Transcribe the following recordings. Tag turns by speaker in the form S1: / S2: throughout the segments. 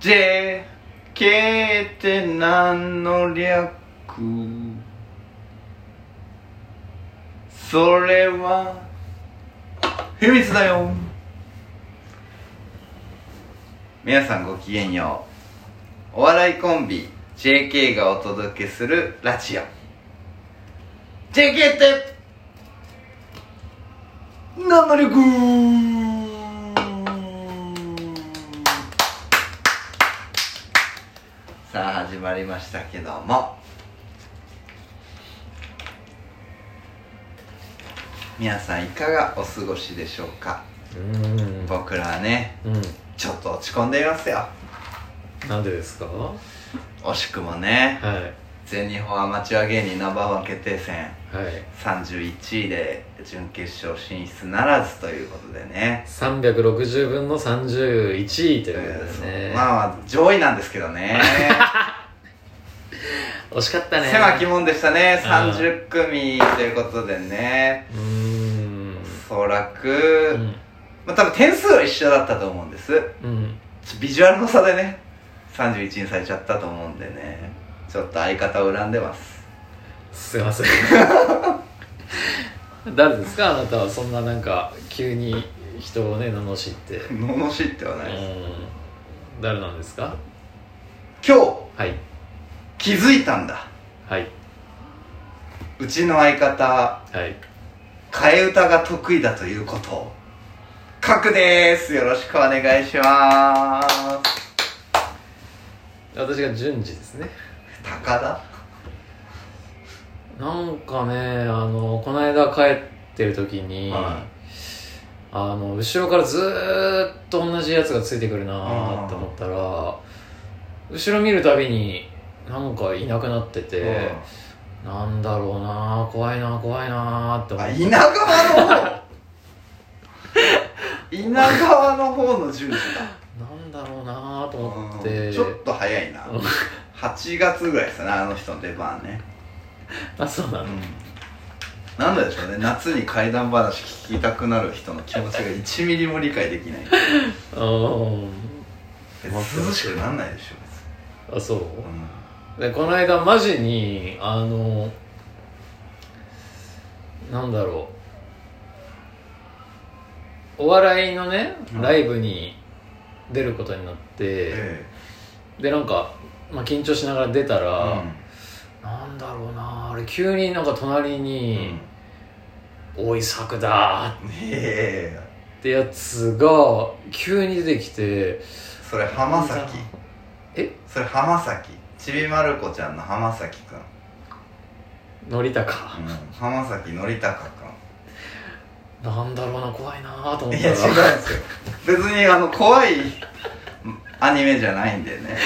S1: JK って何の略それは秘密だよ皆さんごきげんようお笑いコンビ JK がお届けするラジオ JK って何の略さあ始まりましたけども皆さんいかがお過ごしでしょうか
S2: うん
S1: 僕らはね
S2: うん
S1: ちょっと落ち込んでいますよ
S2: なんでですかは
S1: 惜しくもね
S2: い
S1: 全日本アマチュア芸人ナンバーワン決定戦
S2: はい
S1: 31位で準決勝進出ならずということでね
S2: 360分の31位ということで
S1: えー
S2: ね、
S1: まあまあ上位なんですけど ね
S2: 惜しかったね
S1: 狭きもんでしたね
S2: うん
S1: 30組ということでね
S2: うーん
S1: おそらく、
S2: うん
S1: まあ多分点数は一緒だったと思うんです
S2: うん
S1: ちょビジュアルの差でね31にされちゃったと思うんでねちょっと相方を恨んでます
S2: すいません 誰ですかあなたはそんななんか急に人をね罵ってう
S1: 罵ってはないです、
S2: ん誰なんですか
S1: 今日
S2: はい
S1: 気づいたんだ
S2: はい、
S1: うちの相方
S2: はい、
S1: 替え歌が得意だということをかくですよろしくお願いします
S2: 私が順次ですね
S1: 高田
S2: なんかねあのこの間帰ってる時に、
S1: は
S2: あの後ろからずーっと同じやつがついてくるなーって思ったら後ろ見るたびになんかいなくなってて、なんだろうなー怖いなー怖いなーって
S1: うん
S2: 思
S1: あ
S2: って
S1: 稲川の方稲川の方の順次
S2: なんだろうなーと
S1: だ、
S2: 思っ
S1: う
S2: て
S1: んちょっと早いな
S2: うん
S1: 8月ぐらいですねあの人の出番ね
S2: あそうな
S1: う
S2: の
S1: んなんででしょうね夏に怪談話聞きたくなる人の気持ちが1ミリも理解できない別に涼しくなんないでしょ
S2: うんあそう
S1: 別に、
S2: でこの間マジにあのなんだろうお笑いのね
S1: うん
S2: ライブに出ることになって、
S1: え
S2: でなんか、まあ、緊張しながら出た
S1: え
S2: ら、なんだろうなあれ急になんか隣
S1: うん
S2: に「おい作だ!」
S1: うんええ
S2: ってやつが急に出てきて
S1: それ浜崎
S2: え
S1: それ浜崎ちびまる子ちゃんの浜崎くん、
S2: 乗りたか
S1: うん、浜崎のりたか
S2: なんだろうな怖いなあと
S1: く
S2: 思
S1: ん
S2: っ
S1: い
S2: た
S1: や違うん
S2: ら
S1: ですよ別にあの怖いアニメじゃないんでね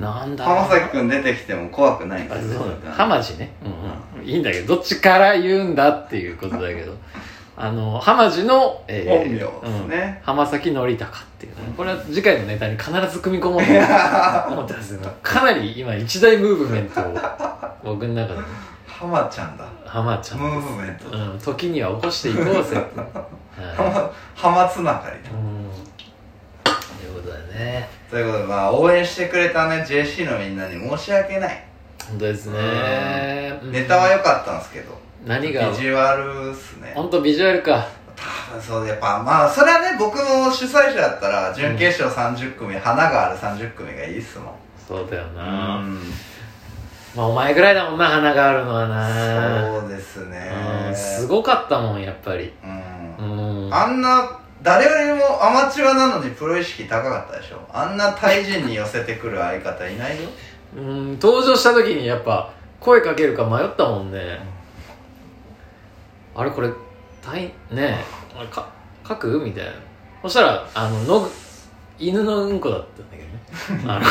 S2: なんだろうな
S1: 浜崎くん出てきても怖くないん
S2: あ
S1: です
S2: そうなんだ
S1: 浜
S2: 浜地ね、うんうん、いいんだけどどっちから言うんだっていうことだけど あの浜地の、え
S1: 本名ですね
S2: うん浜崎典孝っていうねこれは次回のネタに必ず組み込もうと 思ってますけどかなり今一大ムーブメントを僕の 中で
S1: 浜ちゃんだ
S2: 浜ちゃん
S1: ム、ーブメント
S2: うん、時には起こしていこう ぜって、は
S1: 浜 浜つながり
S2: い、うんということだね
S1: ということでまあ応援してくれたね JC のみんなに申し訳ない
S2: 本当ですね、うん
S1: ネタは良かったんですけど
S2: 何が
S1: ビジュアルっすね
S2: 本当ビジュアルか
S1: 多分そうやっぱまあそれはね僕も主催者だったら準決勝30組、花がある30組がいいっすもん
S2: そうだよな、
S1: うん
S2: まあお前ぐらいだもんな花があるのはな
S1: そうですね
S2: うんすごかったもんやっぱり
S1: う
S2: うんん
S1: あんな誰よりもアマチュアなのにプロ意識高かったでしょあんなタイ人に寄せてくる相方いないよ
S2: うん登場した時にやっぱ声かけるか迷ったもんねあれこれタイねあれか書くみたいなそしたらあののぐ犬のうんこだった んだけどねあの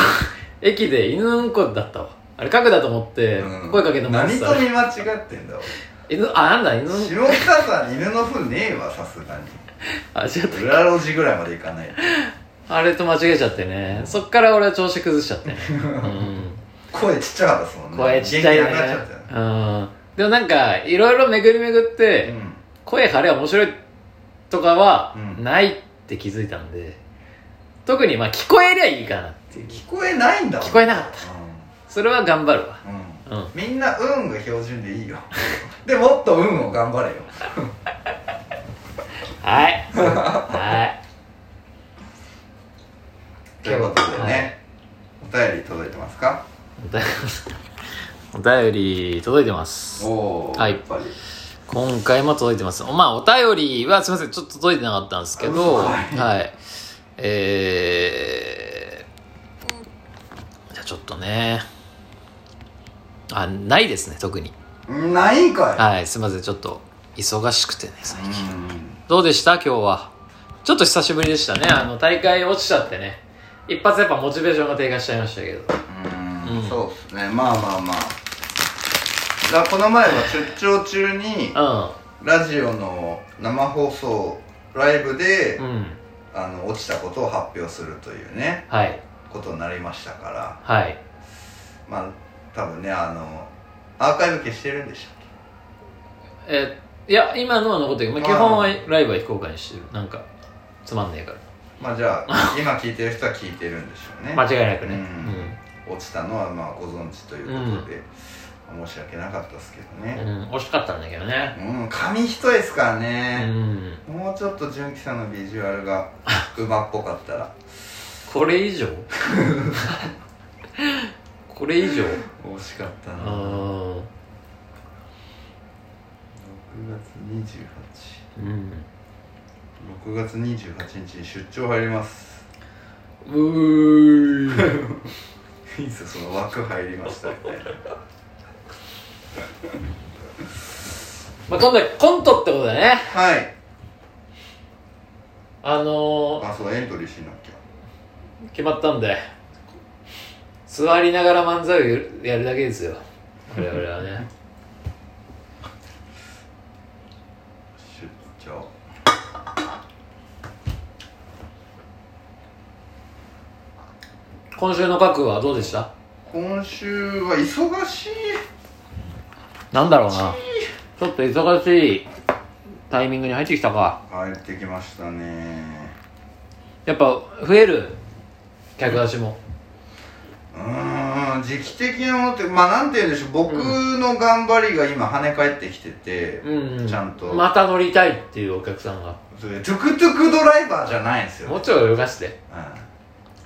S2: 駅で犬のうんこだったわあれ書くだと思って
S1: うん
S2: 声かけてもらっ
S1: 何
S2: てた
S1: と
S2: ら
S1: 見間違ってんだ俺
S2: 犬あなんだ犬の
S1: 下北沢に犬の糞ねえわさすがに
S2: あ違った
S1: 裏路地ぐらいまで行かないと
S2: あれと間違えちゃってねそっから俺は調子崩しちゃ ってねうん
S1: 声ちっちゃかったっすもんね
S2: 声ちっちゃいね
S1: 元気なくなっちゃったよね
S2: うんでもなんかいろいろ巡り巡って、
S1: うん
S2: 声張れ面白いとかは
S1: うん
S2: ないって気づいたんで、特にまあ聞こえりゃいいかなってっていう
S1: 聞こえないんだもん
S2: 聞こえなかったそれは頑張るわ
S1: うん、うん
S2: うん
S1: みんな「運が標準でいいよ でもっと「運を頑張れよ
S2: はい は
S1: ということでね、お便り届いてますか
S2: いお便りお便り届いてます
S1: おお、
S2: はい
S1: やっぱり
S2: 今回も届いてますまあお便りはすみませんちょっと届いてなかったんですけど
S1: は
S2: はいい、えー、じゃあちょっとねあないですね特に
S1: ないんかい
S2: はいすみませんちょっと忙しくてね最近
S1: うん
S2: どうでした今日はちょっと久しぶりでしたねあの大会落ちちゃってね一発やっぱモチベーションが低下しちゃいましたけど
S1: うん
S2: うん
S1: そうですねまあまあまあだからこの前は出張中に
S2: う
S1: ラジオの生放送ライブで、
S2: んうん
S1: あの落ちたことを発表するというね
S2: はい
S1: ことになりましたから
S2: はい
S1: まあ多分ねあのアーカイブ消してるんでしょ
S2: えーいや今のは残ってる、まあ、基本はライブは非公開にしてるなんかつまんねえから
S1: まあじゃ あ今聞いてる人は聞いてるんでしょうね
S2: 間違いなくね、
S1: う
S2: うんん
S1: 落ちたのはまあご存知ということで、申し訳なかったですけどね
S2: うん惜しかったんだけどね、
S1: うん紙一重ですから
S2: う
S1: ね、
S2: ん、
S1: もうちょっと純喜さんのビジュアルが馬っぽかったら
S2: これ 以上これ以上
S1: 惜しかった
S2: う
S1: な6
S2: ん
S1: 月
S2: うん
S1: 286月28日に出張入ります
S2: うー
S1: いいっすよその枠入りましたみたいな
S2: まあ今度はコントってことだね
S1: はい
S2: あのー、
S1: あそうエントリーしなきゃ
S2: 決まったんで座りながら漫才をやるやるだけですよ我々は ね
S1: 出張
S2: 今週の各はどうでした
S1: 今週は忙しい
S2: なんだろうなちょっと忙しいタイミングに入ってきたか
S1: 帰ってきましたね
S2: やっぱ増える客足も
S1: うーん時期的なものってまあなんて言うんでしょう僕の頑張りが今跳ね返ってきてて、
S2: うん、
S1: ちゃんと
S2: また乗りたいっていうお客さんが
S1: それトゥクトゥクドライバーじゃないんですよ、
S2: もうちょい泳がして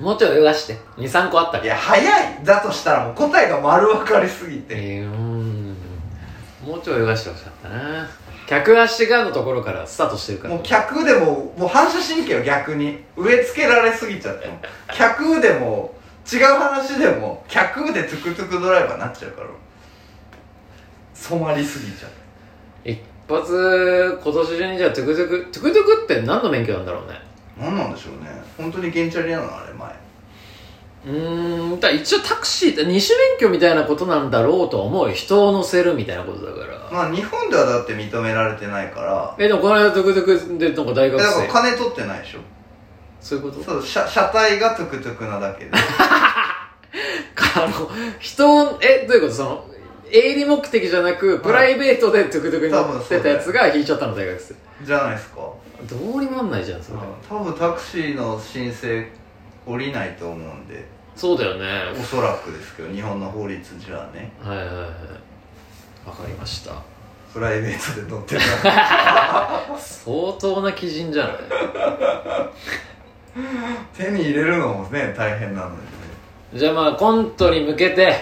S1: う
S2: もうちょい泳がして23個あった
S1: ん、
S2: か
S1: い
S2: ら
S1: や早いだとしたらもう答えが丸分かりすぎて、
S2: えー、うーんもうちょい泳がしてほしかったな客足がのところからスタートしてるから
S1: もう客でももう反射神経を逆に植え付けられすぎちゃっても客でも違う話でも客でトゥクトゥクドライバーになっちゃうから染まりすぎちゃう
S2: 一発今年中にじゃあトゥクトゥクトゥクトゥクって何の免許なんだろうね
S1: 何なんでしょうね本当にゲンチャリなのあれ前
S2: うーんだから一応タクシーって二種免許みたいなことなんだろうとは思うよ人を乗せるみたいなことだから
S1: まあ日本ではだって認められてないから
S2: えでもこの間トゥクトゥクでなんか大
S1: だ
S2: 学
S1: から
S2: 生
S1: 金取ってないでしょ
S2: そういうこと
S1: そう車車体がトゥクトゥクなだけ で
S2: あの、人を、え、どういうことその、営利目的じゃなく、プライベートでトゥクトゥクに乗ってたやつが引いちゃったの、大学生。
S1: じゃないですか
S2: どうにもなんないじゃん、それ。
S1: 多分タクシーの申請降りないと思うんで
S2: そうだよね。
S1: おそらくですけど日本の法律じゃあね
S2: はいはいはい。わかりました。
S1: プライベートで乗ってる
S2: 相当な基準じゃない
S1: 手に入れるのもね大変なのでね
S2: じゃあまあ、コントに向けて、
S1: はい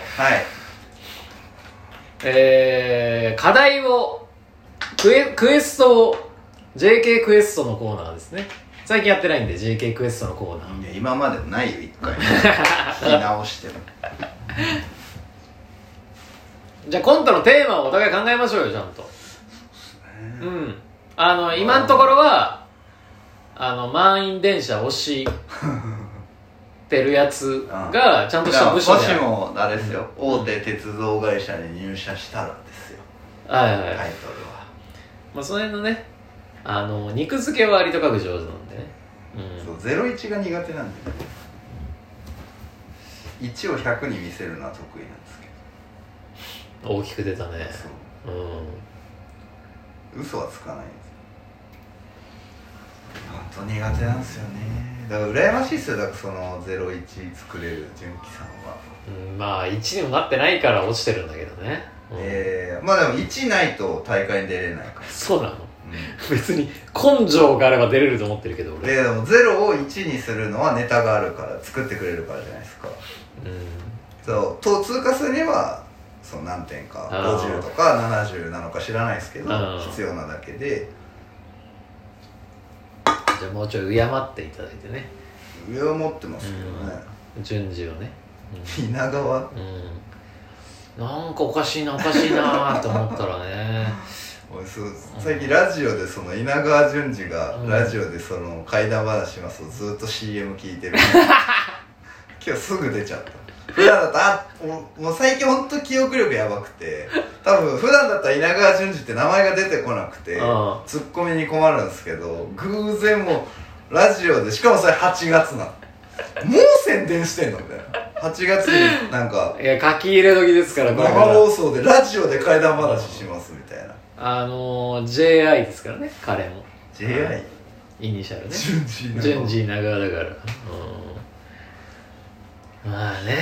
S2: えー、課題を、クエ、クエストを、JK クエストのコーナーですね。最近やってないんで、JK クエストのコーナー。
S1: いや今までもないよ一回 聞き直しても
S2: じゃあコントのテーマをお互い考えましょうよちゃんとうんあの今のところはあの満員電車押してるやつ がちゃんとした部署
S1: も
S2: で
S1: しもあれですよ、大手鉄道会社に入社したらですよ
S2: はいは
S1: タイ
S2: い、
S1: トル
S2: はい
S1: は、
S2: まあ、その辺のねあの肉付けは割と各上手なんでね
S1: そう01が苦手なんで、ね、1を100に見せるのは得意なんですけ
S2: うん大きく出たね
S1: どそう
S2: うん
S1: 嘘はつかないんですよ当苦手なんですよねだから羨ましいっすよだからその01作れる純喜さんは、
S2: うんまあ1にもなってないから落ちてるんだけどね、うん
S1: えー、まあでも1ないと大会に出れないから、
S2: そうなの 別に根性があれば出れると思ってるけど
S1: うん、
S2: 俺
S1: ででも0を1にするのはネタがあるから作ってくれるからじゃないですか
S2: う
S1: そうと通過するにはその何点か
S2: あー
S1: 50とか70なのか知らないですけど
S2: うん
S1: 必要なだけで
S2: んじゃあもうちょい敬っていただいてね
S1: 上を持ってますけどね、
S2: 順次をね、
S1: 稲川
S2: うんうんなんかおかしいなおかしいなと思ったら ね
S1: 俺そう最近ラジオでその稲川淳二が
S2: うん
S1: ラジオでその怪談話しますとずっと CM 聞いてる今日すぐ出ちゃった普段だったらあおもう最近ほんと記憶力やばくて多分普段だったら稲川淳二って名前が出てこなくて
S2: うん
S1: ツッコミに困るんですけど偶然もうラジオでしかもそれ8月なのもう宣伝してんのみたいな8月になんか
S2: いや書き入れ時ですからこれ
S1: 生
S2: から
S1: 放送でラジオで怪談話しますみたいな
S2: あのー、JI ですからね彼も
S1: JI
S2: イニシャルね
S1: 順次な
S2: 順次長だからうんまあね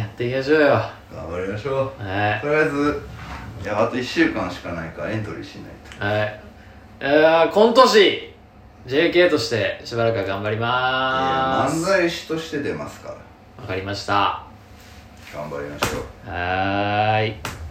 S2: やっていきましょうよは
S1: 頑張りましょう
S2: い
S1: とりあえずいやあと1週間しかないからエントリーしないと
S2: はいえー、今年 JK としてしばらくは頑張り
S1: いや
S2: ま
S1: 漫
S2: ーす
S1: 才師として出ますから
S2: わかりました
S1: 頑張りましょう
S2: はーい